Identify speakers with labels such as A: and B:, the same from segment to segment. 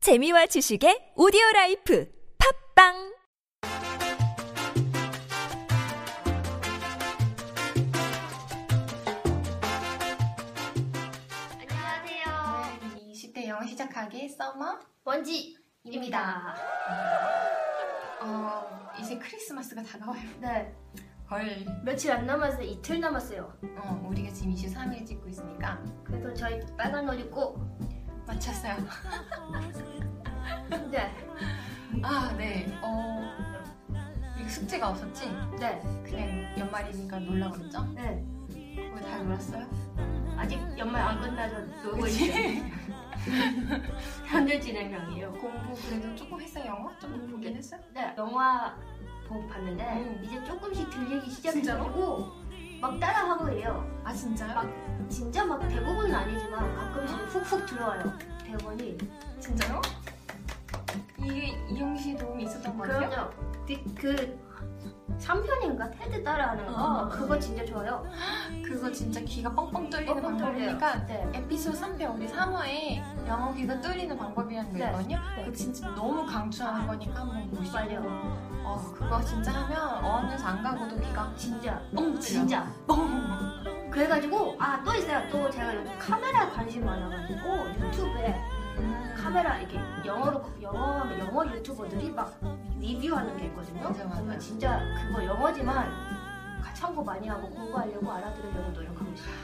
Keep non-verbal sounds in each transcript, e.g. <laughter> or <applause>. A: 재미와 지식의 오디오 라이프 팝빵
B: 안녕하세요.
C: 20대 영어 시작하기 썸머입니다.
B: 원지입니다.
C: 어, 이제 크리스마스가 다가와요.
B: 네,
C: 헐.
B: 며칠 안 남아서 이틀 남았어요.
C: 어, 우리가 지금 23일 찍고 있으니까
B: 그래서 저희 빨간 옷 입고
C: 맞췄어요.
B: 네,
C: 아, 네. 어, 이거 숙제가 없었지?
B: 네,
C: 그냥 연말이니까 놀라 그랬죠?
B: 네.
C: 왜다 놀았어요?
B: 아직 연말 안 끝나서 놀고
C: 그치?
B: 있어요. 현재 진행형이에요.
C: <laughs> 공부 그래도 조금 했어요, 영어? 조금 보긴 했어요?
B: 네, 영화 보고 봤는데
C: 음.
B: 이제 조금씩 들리기
C: 진짜로?
B: 시작해가지고 막 따라하고 해요.
C: 아, 진짜요?
B: 진짜 막 대부분은 아니지만 가끔씩 훅훅 들어와요. 대본이.
C: 진짜요? 이게 이용 씨 도움이 있었던 거 같아요?
B: 그럼요. 그, 그 3편인가? 테드 따라하는 거
C: 어.
B: 그거 진짜 좋아요.
C: 그거 진짜 귀가 뻥뻥 뚫리는
B: 뻥뻥 뚫려요.
C: 방법이니까
B: 네.
C: 에피소드 3편 우리 3화에 영어 귀가 뚫리는 방법이라는 거
B: 네.
C: 있거든요.
B: 네. 음,
C: 그거 진짜 너무 강추하는 거니까 한번 보시고
B: 빨리요.
C: 어, 그거 진짜 하면 어학연수 안 가고도 귀가
B: 진짜.
C: 뻥
B: 음, 진짜.
C: 뻥
B: 그래가지고 아 또 있어요. 또 제가 요즘 카메라 관심 많아가지고 유튜브에
C: 음.
B: 카메라 이렇게 영어로 영어하면 영어 유튜버들이 막 리뷰하는 게 있거든요.
C: 맞아, 맞아.
B: 그러면 진짜 그거 영어지만 참고 많이 하고 공부하려고 알아들으려고 노력하고 있어요.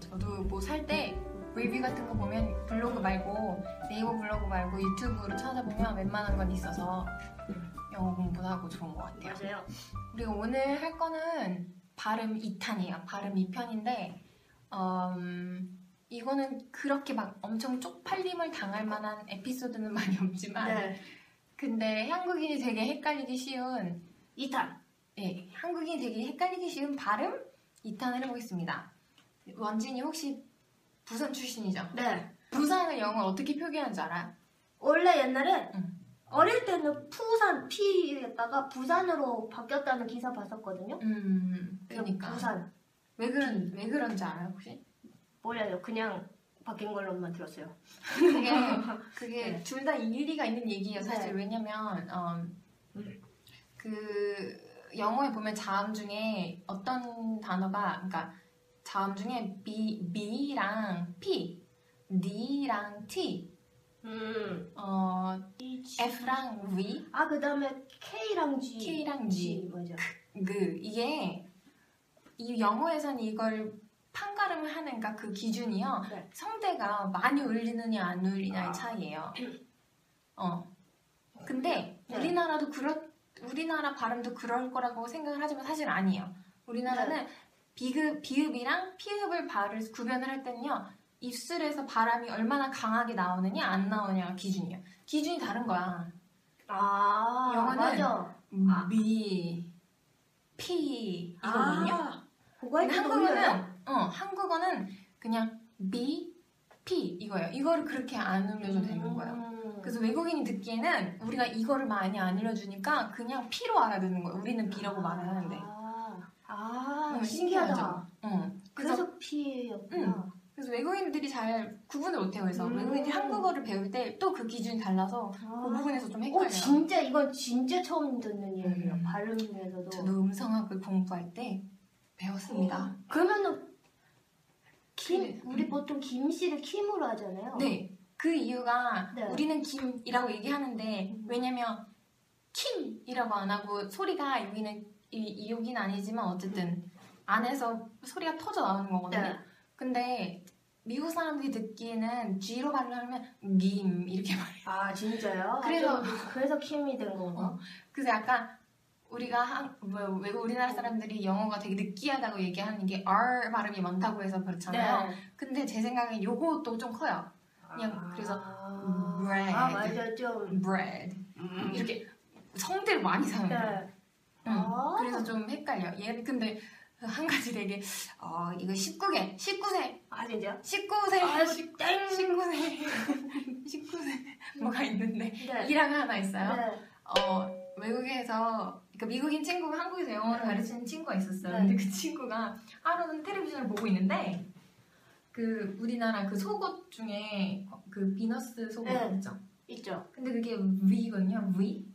C: 저도 뭐 살 때 리뷰 같은 거 보면 블로그 말고 네이버 블로그 말고 유튜브로 찾아보면 웬만한 건 있어서 영어 공부하고 좋은 것 같아요.
B: 맞아요.
C: 우리가 오늘 할 거는 발음 2탄이에요. 발음 2편인데, 음, 이거는 그렇게 막 엄청 쪽팔림을 당할 만한 에피소드는 많이 없지만,
B: 네.
C: 근데 한국인이 되게 헷갈리기 쉬운,
B: 이탄.
C: 예, 한국인이 되게 헷갈리기 쉬운 발음 2탄을 해보겠습니다. 원진이 혹시 부산 출신이죠?
B: 네.
C: 부산을 영어로 어떻게 표기하는 줄 알아요?
B: 원래 옛날에
C: 응.
B: 어릴 때는 푸산 피에다가 부산으로 바뀌었다는 기사 봤었거든요.
C: 음,
B: 그냥
C: 그러니까.
B: 부산.
C: 왜 그런, 왜 그런 줄 알아요, 혹시?
B: 몰라요. 그냥 바뀐 걸로만 들었어요.
C: 그게, <laughs> 그게
B: 네.
C: 둘 다 일리가 있는 얘기예요. 사실
B: 네.
C: 왜냐면 음, 그 영어에 보면 자음 중에 어떤 단어가 그러니까 자음 중에 b b랑 p, d랑 t,
B: 음.
C: 어, f랑 v,
B: 아, 그 다음에 K랑 G.
C: k랑 g,
B: 맞아.
C: 그 이게 이 영어에선 이걸 판가름을 하는 그러니까 그 기준이요.
B: 네.
C: 성대가 많이 울리느냐 안 울리냐의
B: 아. <clears throat>
C: 차이예요. 어. 근데
B: 네.
C: 우리나라도 그렇 우리나라 발음도 그럴 거라고 생각을 하지만 사실 아니에요.
B: 네.
C: 우리나라는 비급 비읍이랑 피읍을 발을 구별을 할 때는요. 입술에서 바람이 얼마나 강하게 나오느냐 안 나오냐가 기준이에요. 기준이 다른 거야.
B: 아,
C: 영어는
B: 맞아. 아.
C: 미, 피 이거거든요.
B: 아, 그거 할
C: 근데
B: 때
C: 한국어는 어 한국어는 그냥 B, P 이거예요. 이거를 그렇게 안 올려줘도
B: 음.
C: 되는 거예요. 그래서 외국인이 듣기에는 우리가 이거를 많이 안 올려주니까 그냥 P로 알아듣는 거예요. 우리는 B라고 말을 하는데.
B: 아, 아
C: 음,
B: 신기하다.
C: 신기하죠? 응.
B: 그래서,
C: 어. 그래서
B: P였구나.
C: 그래서 외국인들이 잘 구분을 못해요. 그래서
B: 음.
C: 외국인들이 한국어를 배울 때 또 그 기준이 달라서 그
B: 아.
C: 부분에서 좀
B: 어,
C: 헷갈려요.
B: 진짜, 이건 진짜 처음 듣는 얘기예요.
C: 음.
B: 발음 중에서도.
C: 저도 음성학을 공부할 때 배웠습니다.
B: 그러면은, 김,
C: 네.
B: 어. 우리 보통 김씨를 킴으로 하잖아요.
C: 네. 그 이유가
B: 네.
C: 우리는 김이라고 얘기하는데
B: 음.
C: 왜냐면 킴이라고 안 하고 소리가 여기는 이, 이 여기는 아니지만 어쨌든 안에서 소리가 터져 나오는 거거든요.
B: 네.
C: 근데 미국 사람들이 듣기에는 G로 발음하면 김 이렇게 말해요.
B: 아, 진짜요?
C: 그래서-
B: 아, 그래서 킴이 된 건가?
C: 그래서 약간 우리가 한, 뭐, 외국 우리나라 사람들이 영어가 되게 느끼하다고 얘기하는 게 R 발음이 많다고 해서
B: 네.
C: 그렇잖아요. 근데 제 생각엔 요것도 좀 커요. 그냥 그래서
B: 아,
C: bread.
B: 아 맞아 좀
C: bread 이렇게 성대를 많이 사용해요.
B: 음. 네.
C: 응.
B: 아.
C: 그래서 좀 헷갈려. 얘 근데 한 가지 되게 어 이거 19개, 19세,
B: 아 진짜?
C: 19세,
B: 아, 씨, 땡.
C: 네. 19세, <laughs> 19세 뭐가 있는데
B: 네.
C: 이랑 하나 있어요.
B: 네.
C: 어 외국에서 그러니까 미국인 친구가 한국에서 영어를
B: 네.
C: 가르치는 친구가 있었어요.
B: 네.
C: 근데 그 친구가 하루는 텔레비전을 보고 있는데 그 우리나라 그 속옷 중에 그 비너스 속옷
B: 네.
C: 있죠.
B: 있죠.
C: 근데 그게 V거든요. V?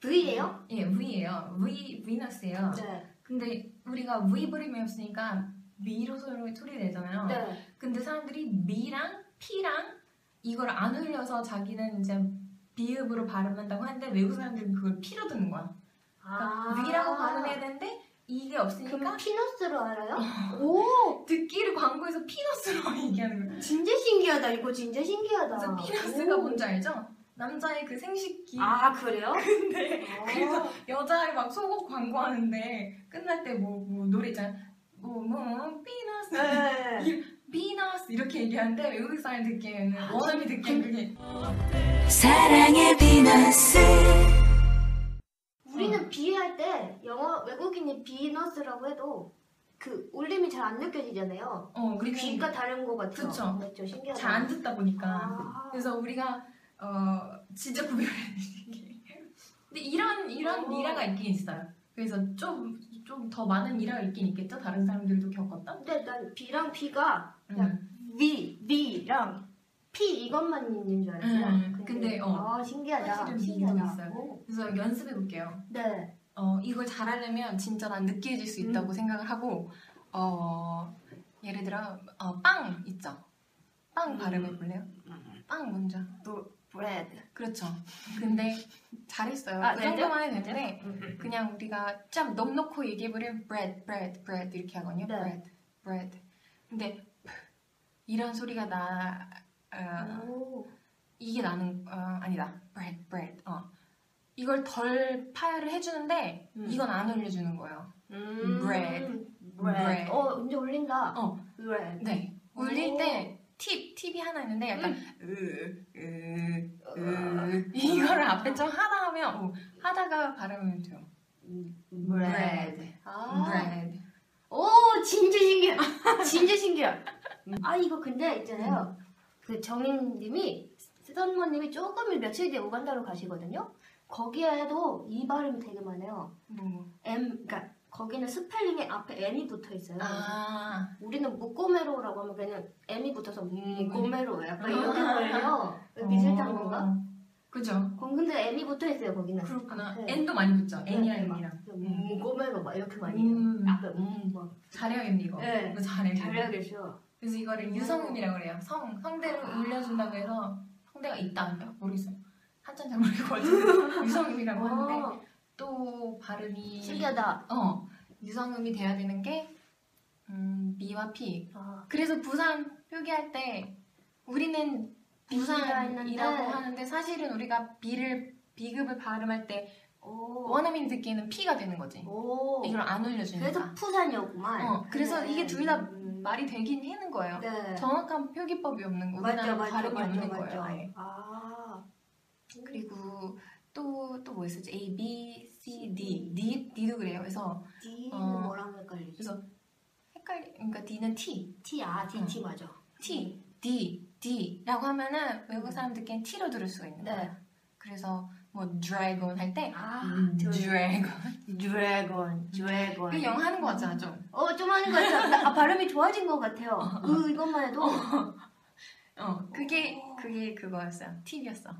B: V예요?
C: 예, V예요. V, V너스예요.
B: 네.
C: 근데 우리가 V 브림이 없으니까 V로 소리, 소리 내잖아요.
B: 네.
C: 근데 사람들이 B랑 P랑 이걸 안 흘려서 자기는 이제 비읍으로 발음한다고 하는데 외국 사람들은 그걸 P로 듣는 거야. 그러니까 V라고 발음해야 되는데 이게 없으니까
B: 아. 그럼 피너스로
C: <laughs>
B: 알아요? 오,
C: 듣기를 광고에서 피너스로 <laughs> 얘기하는 거야.
B: 진짜 신기하다. 이거 진짜
C: 그래서
B: 신기하다.
C: 피너스가
B: 아, 오.
C: 뭔지 알죠? 남자의 그 생식기
B: 아 그래요?
C: <laughs> 근데 그래서
B: 아.
C: 여자의 막 속옷 광고하는데 끝날 때 뭐 뭐 노래 있잖아 뭐뭐 피너스
B: 네.
C: 비너스 이렇게 얘기하는데 외국 사람 듣기에는 원어민 듣기에는 그게
A: 사랑의 비너스
C: 어.
B: 우리는 비할 때 영어 외국인이 비너스라고 해도 그 울림이 잘 안 느껴지잖아요.
C: 어 우리는
B: 귀가 다른 것 같아요.
C: 그쵸.
B: 그렇죠. 신기하다.
C: 잘 안 듣다 보니까
B: 아.
C: 그래서 우리가 어 진짜 구별을 해야 되는 게 근데 이런 이런
B: 어.
C: 미라가 있긴 있어요 그래서 좀 좀 더 많은 미라가 있긴 있겠죠 다른 사람들도 겪었던
B: 근데 난 B랑 P가
C: 음.
B: V, V랑 P 이것만 있는 줄 알았어요.
C: 음, 근데, 어.
B: 아, 신기하다.
C: 사실은
B: 신기하다.
C: 있어요.
B: 오.
C: 그래서 연습해 볼게요
B: 네.
C: 어 이걸 잘하려면 진짜 난 느끼해질 수 있다고 생각을 하고 어 예를 들어 어, 빵 있죠 빵
B: 음.
C: 발음해 볼래요 빵 먼저
B: 브레드.
C: 그렇죠. 근데 잘했어요.
B: 음. 아,
C: 그
B: 네네? 음,
C: 정도만 해도 되는데 그냥 우리가 참 넉넉히 얘기해버리면 bread, bread, bread 이렇게 하거든요.
B: 네.
C: bread, bread. 근데 이런 소리가 나 어,
B: 오.
C: 이게 나는 어, 아니다. bread, bread. 어. 이걸 덜 파열을 해주는데
B: 음.
C: 이건 안 올려주는 거예요.
B: 음.
C: bread.
B: 브레드.
C: bread.
B: 어, 이제 울린다.
C: 어.
B: 브레드.
C: 네.
B: 오. 음.
C: 울릴 때 팁, 팁이 하나 있는데 약간 으, 으, 으. 이거를 앞에 좀 하다 하면 오, 하다가 발음을 돼요.
B: 브레드. 아.
C: bread.
B: 오, 진짜 신기해. <laughs> 진짜 신기해. 아, 이거 근데 있잖아요.
C: 음.
B: 그 정인님이, 선모님이 조금 며칠 뒤에 우간다로 가시거든요. 거기에도 이 발음이 되게 많아요.
C: 뭐.
B: M, 그러니까 거기는 스펠링에 앞에 N이 붙어 있어요.
C: 아,
B: 우리는 무꼬메로라고 하면 그냥 M이 붙어서 무꼬메로 약간
C: 음. 아. 어.
B: 이렇게 걸려. 비슷한 건가?
C: 그죠.
B: 거- 근데 N이 붙어 있어요 거기는.
C: 그렇구나.
B: 어. 네.
C: N도 많이 붙죠. N이랑
B: 네, 막
C: M이랑.
B: 무꼬메로 막 이렇게 많이 해요.
C: 음.
B: 앞에 음, 막
C: 잘해요, M 이거.
B: 네.
C: 이거 잘해요.
B: 잘해야 네. 되죠.
C: 그래서 이거를 유성음이라고 그래요. 성, 성대를
B: 아.
C: 올려준다고 해서 성대가 있다, 안 있다? 모르겠어요. 한참 잘
B: <laughs>
C: 모르겠거든요. 유성음이라고 하는데
B: 어,
C: 또 아, 발음이.
B: 신기하다.
C: 어, 유성음이 돼야 되는 게, 음, B와 P.
B: 아,
C: 그래서 부산 표기할 때 우리는
B: B가 있는데.
C: 부산이라고 하는데 사실은 우리가 B를 B급을 발음할 때
B: 오.
C: 원어민 듣기에는 P가 되는 거지.
B: 오.
C: 이걸 안 올려주니까.
B: 그래서 푸산이었구만.
C: 어, 그래서
B: 네.
C: 이게 둘 다
B: 음.
C: 말이 되긴 하는 거예요.
B: 네.
C: 정확한 표기법이 없는 거,
B: 맞죠,
C: 우리나라
B: 맞죠,
C: 발음이
B: 맞죠,
C: 없는
B: 맞죠.
C: 거예요. 아예.
B: 아.
C: 그리고 또 또뭐 있었지? A, B, C, D, D, D도 그래요. 그래서
B: D는
C: 어.
B: 뭐랑 헷갈리지?
C: 그래서 헷갈리, 그러니까 D는 T,
B: T, 아, D,
C: 어.
B: T 맞아.
C: T, D, D라고 하면은 외국 사람들끼리는 T로 들을 수가 있는
B: 네.
C: 거예요. 그래서 뭐 드래곤 할때
B: 아,
C: 음. 드래곤
B: 드래곤, 드래곤.
C: 그 영화 하는 거 같잖아 좀
B: 어, 좀 하는 것 같아요. 나- 아, 발음이 좋아진 것 같아요. 으, 이것만 해도.
C: 어, 그게
B: 오.
C: 그게 그거였어요 팁이었어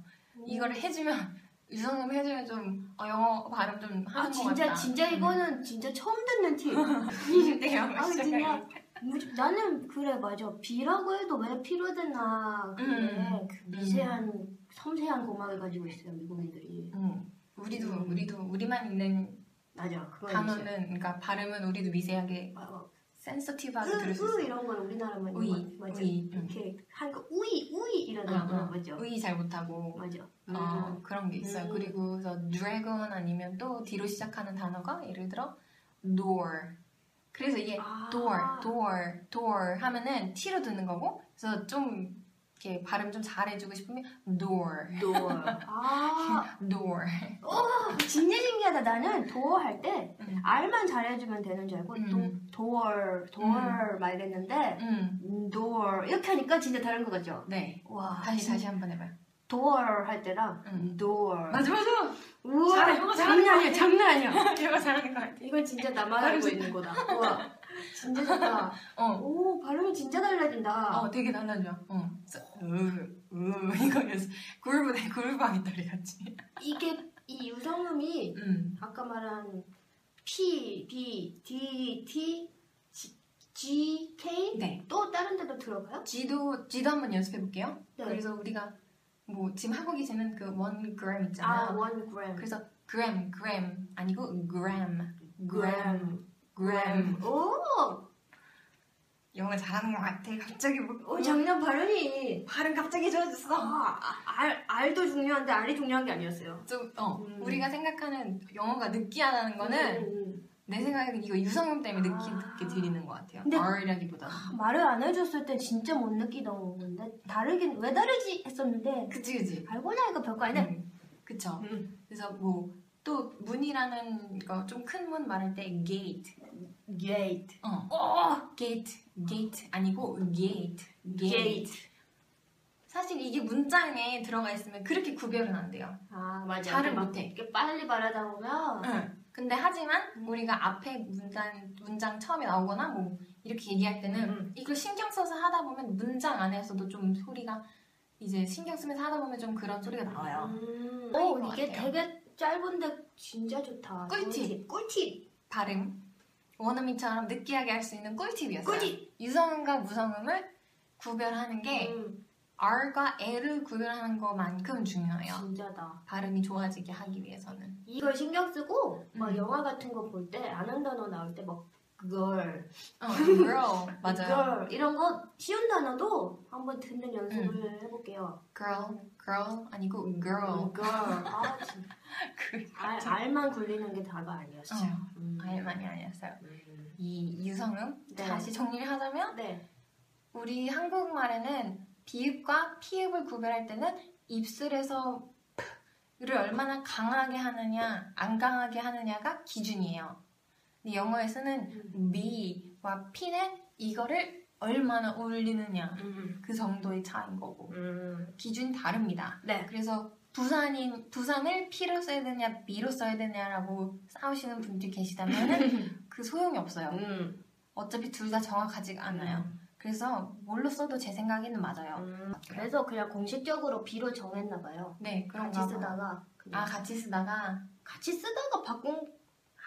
C: 이걸 해주면 유성음 해주면 좀 어, 영어 발음 좀 하는
B: 아,
C: 거
B: 진짜,
C: 같다
B: 진짜 이거는 진짜 처음 듣는
C: <laughs>
B: 팁.
C: 내가 막
B: 아,
C: 음. 네, 시작하니까.
B: 진짜. 무지- 나는, 그래, 맞아. 비라고 해도 왜 필요되나. 그게
C: 음.
B: 그 미세한, 섬세한 고막을 가지고 있어요, 미국인들이.
C: 응. 우리도
B: 음.
C: 우리도 우리만 있는
B: 맞아, 그건 있어요.
C: 단어는 그러니까 발음은 우리도 미세하게
B: 아, 어.
C: 센서티브하게
B: 으,
C: 들을 수
B: 으,
C: 있어
B: 이런 건 우리나라만
C: 우이,
B: 있는 거 맞아.
C: 우이. 음.
B: 이렇게 한거 우이, 우이
C: 아,
B: 이러더라고요.
C: 아.
B: 맞아.
C: 의의 잘 못하고
B: 맞아.
C: 어, 그런 게 있어요
B: 음.
C: 그리고 저 드래곤 아니면 또 D로 시작하는 단어가 예를 들어 door 그래서 이게
B: 아.
C: door, door, door 하면은 t로 듣는 거고 그래서 좀 이렇게 발음 좀 잘해주고 싶으면 door,
B: door. 아, <laughs>
C: door.
B: 오, 진짜 신기하다. 나는 door 할때
C: 음.
B: R만 잘해주면 되는 줄 알고
C: 음.
B: 또 door, door 말했는데
C: 음,
B: door 이렇게 하니까 진짜 다른 것 같죠?
C: 네.
B: 와,
C: 다시 다시 한번 해봐요.
B: door 할 때랑
C: 음.
B: door.
C: 맞아 맞아. <laughs>
B: 우와,
C: 잘해, 이거 잘하는
B: 장난 아니야,
C: 거
B: 장난
C: 같아.
B: 아니야.
C: 이거 잘하는 것 같아.
B: <laughs> 이건 진짜 나만 알고 있는 거다. <laughs> 우와, 진짜 좋다.
C: 어,
B: 오, 발음이 진짜 달라진다.
C: 어, 되게 달라져. 어, 그래서 으, 음 이거였어. 굴분에 굴방이 떨리같이.
B: 이게 이 유성음이
C: 음.
B: 아까 말한 P, B, D, T, G, G, K
C: 네.
B: 또 다른 데도 들어가요?
C: G도 G도 한번 연습해 볼게요.
B: 네.
C: 그래서 우리가 뭐 지금 하고 계시는 그 원 그램
B: 아,
C: 있잖아요.
B: 원 그램.
C: 그래서 그램 그램 아니고 그램
B: 그램.
C: 그램.
B: 오,
C: 영어 잘하는 것 같아. 갑자기 뭐
B: 오 작년 발음이
C: 발음 갑자기 좋아졌어.
B: 아, 알, 알도 중요한데 알이 중요한 게 아니었어요.
C: 좀어
B: 음.
C: 우리가 생각하는 영어가 느끼하다는 거는
B: 음, 음.
C: 내 생각에는 이거 유성음 때문에 느끼,
B: 아.
C: 느끼 들리는 것 같아요.
B: 근데-
C: R이라기보다.
B: 말을 안 해줬을 때 진짜 못 느끼던 건데 다르긴 왜 다르지 했었는데
C: 그치 그치.
B: 알고 나니까 별거 아니네.
C: 음. 그쵸.
B: 음.
C: 그래서 뭐 또 문이라는 거 좀 큰 문 말할 때 gate.
B: 음. Gate,
C: 어. gate, gate 아니고 gate, gate.
B: gate.
C: 사실 이게 문장에 들어가 있으면 그렇게 구별은 안 돼요.
B: 아 맞아.
C: 잘은
B: 이렇게 막
C: 못해.
B: 이렇게 빨리 말하다 보면
C: 응. 근데 하지만
B: 음.
C: 우리가 앞에 문장 문장 처음에 나오거나 뭐 이렇게 얘기할 때는
B: 음.
C: 이걸 신경 써서 하다 보면 문장 안에서도 좀 소리가 이제 신경 쓰면서 하다 보면 좀 그런 소리가 나와요.
B: 음.
C: 오,
B: 오, 이게
C: 같아요.
B: 되게 짧은데 진짜 좋다.
C: 꿀팁.
B: 꿀팁.
C: 발음 원어민처럼 느끼하게 할 수 있는 꿀팁이었어요.
B: 꿀팁.
C: 유성음과 무성음을 구별하는 게
B: 음,
C: R과 L을 구별하는 것만큼 중요해요.
B: 진짜다.
C: 발음이 좋아지게 하기 위해서는.
B: 이걸 신경 쓰고 막
C: 음.
B: 영화 같은 거 볼 때 아는 단어 나올 때막 girl, <laughs>
C: 어, girl 맞아요.
B: girl 이런 거 쉬운 단어도 한번 듣는 연습을
C: 음.
B: 해볼게요.
C: girl, girl 아니고 girl.
B: 음, girl. 아, 진짜.
C: 어. <laughs> 그
B: 알, 알만 굴리는 게 다가 아니었어요.
C: 어,
B: 음.
C: 알만이 아니었어요.
B: 음.
C: 이 유성음
B: 네.
C: 다시 정리를 하자면
B: 네.
C: 우리 한국말에는 비읍과 피읍을 구별할 때는 입술에서 를 얼마나 강하게 하느냐, 안 강하게 하느냐가 기준이에요. 근데 영어에서는 B와 P는 이거를 얼마나 올리느냐
B: 음.
C: 그 정도의 차인 거고
B: 음.
C: 기준이 다릅니다.
B: 네.
C: 그래서 부산인 부산을 P로 써야 되냐 B로 써야 되냐라고 싸우시는 분들이 계시다면 그 소용이 없어요.
B: 음.
C: 어차피 둘 다 정확하지가 않아요. 그래서 뭘로 써도 제 생각에는 맞아요.
B: 음. 그래서 그냥 공식적으로 B로 정했나 봐요.
C: 네, 그런가
B: 같이
C: 봐요.
B: 쓰다가 그냥
C: 아, 같이 쓰다가
B: 같이 쓰다가 바꾼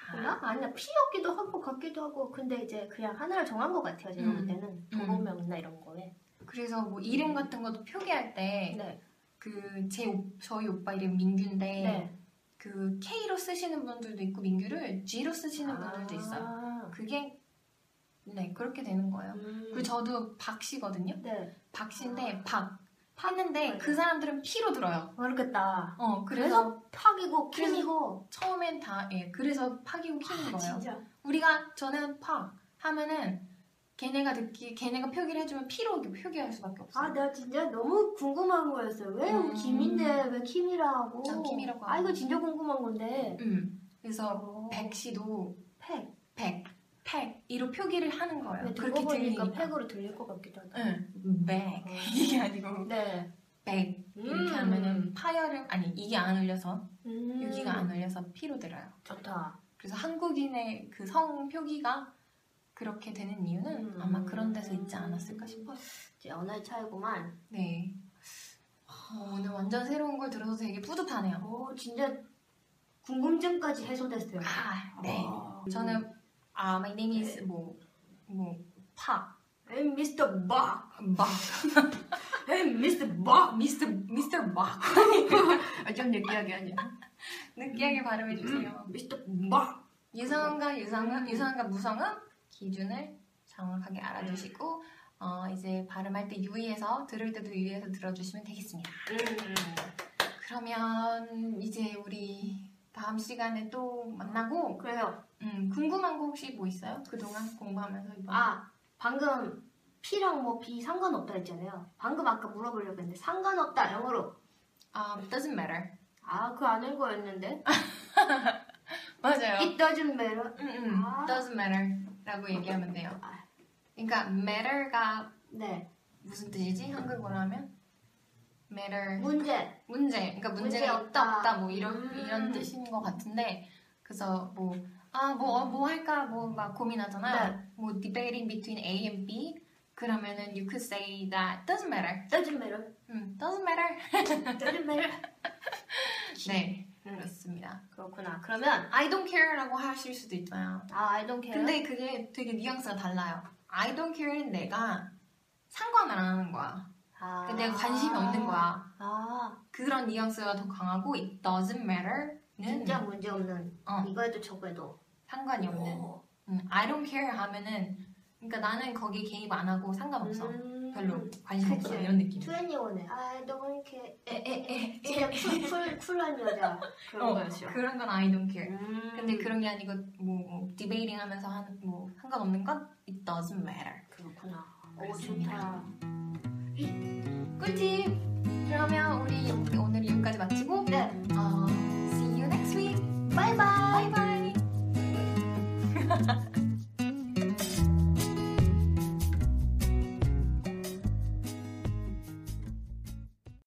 C: 아,
B: 건가? 아니야 P였기도 하고 같기도 하고 근데 이제 그냥 하나를 정한 것 같아요 제가 볼
C: 음.
B: 때는
C: 음.
B: 도보명이나 이런 거에
C: 그래서 뭐 이름 같은 것도 표기할
B: 네.
C: 때 그 제 저희 오빠 이름 민규인데
B: 네.
C: 그 K로 쓰시는 분들도 있고 민규를 G로 쓰시는 분들도 있어요.
B: 아.
C: 그게 네 그렇게 되는 거예요.
B: 음.
C: 그리고 저도 박씨거든요.
B: 네.
C: 박씨인데 박 하는데
B: 맞아요.
C: 그 사람들은 P로 들어요.
B: 모르겠다.
C: 어 그래서
B: 그래서 팍이고
C: 그래서-
B: 킹이고
C: 처음엔 다 예, 그래서 팍이고
B: 아,
C: 킹인 거예요.
B: 진짜
C: 우리가 저는 팍 하면은 걔네가 듣기 걔네가 표기를 해주면 피로 표기할 수밖에 없어요.
B: 아 나 진짜 너무 궁금한 거였어요. 왜
C: 음.
B: 김인데 왜 킴이라고?
C: 아, 킴이라고
B: 아 이거
C: 하고.
B: 진짜 궁금한 건데.
C: 음. 그래서
B: 어.
C: 백시도
B: 팩.
C: 백, 팩 이로 표기를 하는 거예요.
B: 근데
C: 그렇게
B: 듣고 보니까
C: 들리니까.
B: 팩으로 들릴 것 같기도 하다.
C: 응, 백 <laughs>
B: 어.
C: 이게 아니고
B: 네.
C: 백 이렇게
B: 음.
C: 하면은 파열음 아니 이게 안 울려서
B: 음.
C: 여기가 안 울려서 피로 들어요.
B: 좋다.
C: 그래서 한국인의 그 성 표기가 그렇게 되는 이유는
B: 음.
C: 아마 그런 데서 있지 않았을까 싶어요.
B: 이제 언어의 차이구만.
C: 네. 어, 오늘 완전 새로운 걸 들어서 되게 뿌듯하네요.
B: 오 진짜 궁금증까지 해소됐어요.
C: 아, 네.
B: 아.
C: 저는 아, my name is 뭐뭐 파,
B: Hey, Mr. Ba.
C: 마,
B: Hey, Mr. Ba.
C: 미스터 미스터 마.
B: 아, 좀 느끼하게 하냐.
C: 느끼하게 발음해 주세요.
B: Mr. Ba.
C: 유성과 유성음,
B: 음.
C: 유성과 무성음 기준을 정확하게 알아두시고 어, 이제 발음할 때 유의해서 들을 때도 유의해서 들어주시면 되겠습니다.
B: 음,
C: 그러면 이제 우리 다음 시간에 또 만나고
B: 그래요.
C: 음, 궁금한 거 혹시 뭐 있어요? 그동안 공부하면서 이번
B: 아 방금 P랑 뭐 B 상관없다 했잖아요. 방금 아까 물어보려고 했는데 상관없다 영어로
C: 아, doesn't matter.
B: 아 그 아는 거였는데
C: 맞아요.
B: It doesn't matter
C: 음, 음.
B: 아.
C: doesn't matter라고 얘기하면 돼요.
B: 아.
C: 그러니까 matter가
B: 네
C: 무슨 뜻이지? 한국어로 하면 matter
B: 문제
C: 문제. 그러니까 문제가
B: 문제 없다.
C: 있다 없다 뭐 이런
B: 음.
C: 이런 뜻인 것 같은데 그래서 뭐 아 뭐 뭐 할까 뭐 막 고민하잖아. 뭐 debating between A and B 그러면은 you could say that doesn't matter.
B: doesn't matter
C: 음, doesn't matter.
B: 네.
C: 네,
B: 음,
C: 그렇습니다.
B: 그렇구나. 그러면
C: I don't care라고 하실 수도 있어요.
B: 아, I don't care.
C: 근데 그게 되게 뉘앙스가 달라요. I don't care는 내가 상관 안 하는 거야.
B: 아.
C: 그러니까 내가 관심이 없는 거야.
B: 아,
C: 그런 뉘앙스가 더 강하고 it doesn't matter는
B: 진짜 문제 없는.
C: 음. 어.
B: 이거에도 저거에도.
C: 상관이 없는.
B: 오.
C: 음, I don't care 하면은 그러니까 나는 거기 개입 안 하고 상관없어.
B: 음.
C: 별로 관심 없어
B: 그치.
C: 이런 느낌.
B: 21에 아, I don't care. 예,
C: 에에에.
B: 진짜 쿨, 쿨, 쿨한 여자. 그런
C: <laughs> 어,
B: 거였죠.
C: 그런 건 I don't care.
B: 음.
C: 근데 그런 게 아니고 뭐, 뭐 디베이팅 하면서 하는 뭐 상관없는 건 it doesn't matter.
B: 그렇구나. 어, 오,
C: 그렇습니다.
B: 좋다.
C: 꿀팁. 그러면 우리 여기 오늘 여기까지 마치고 어,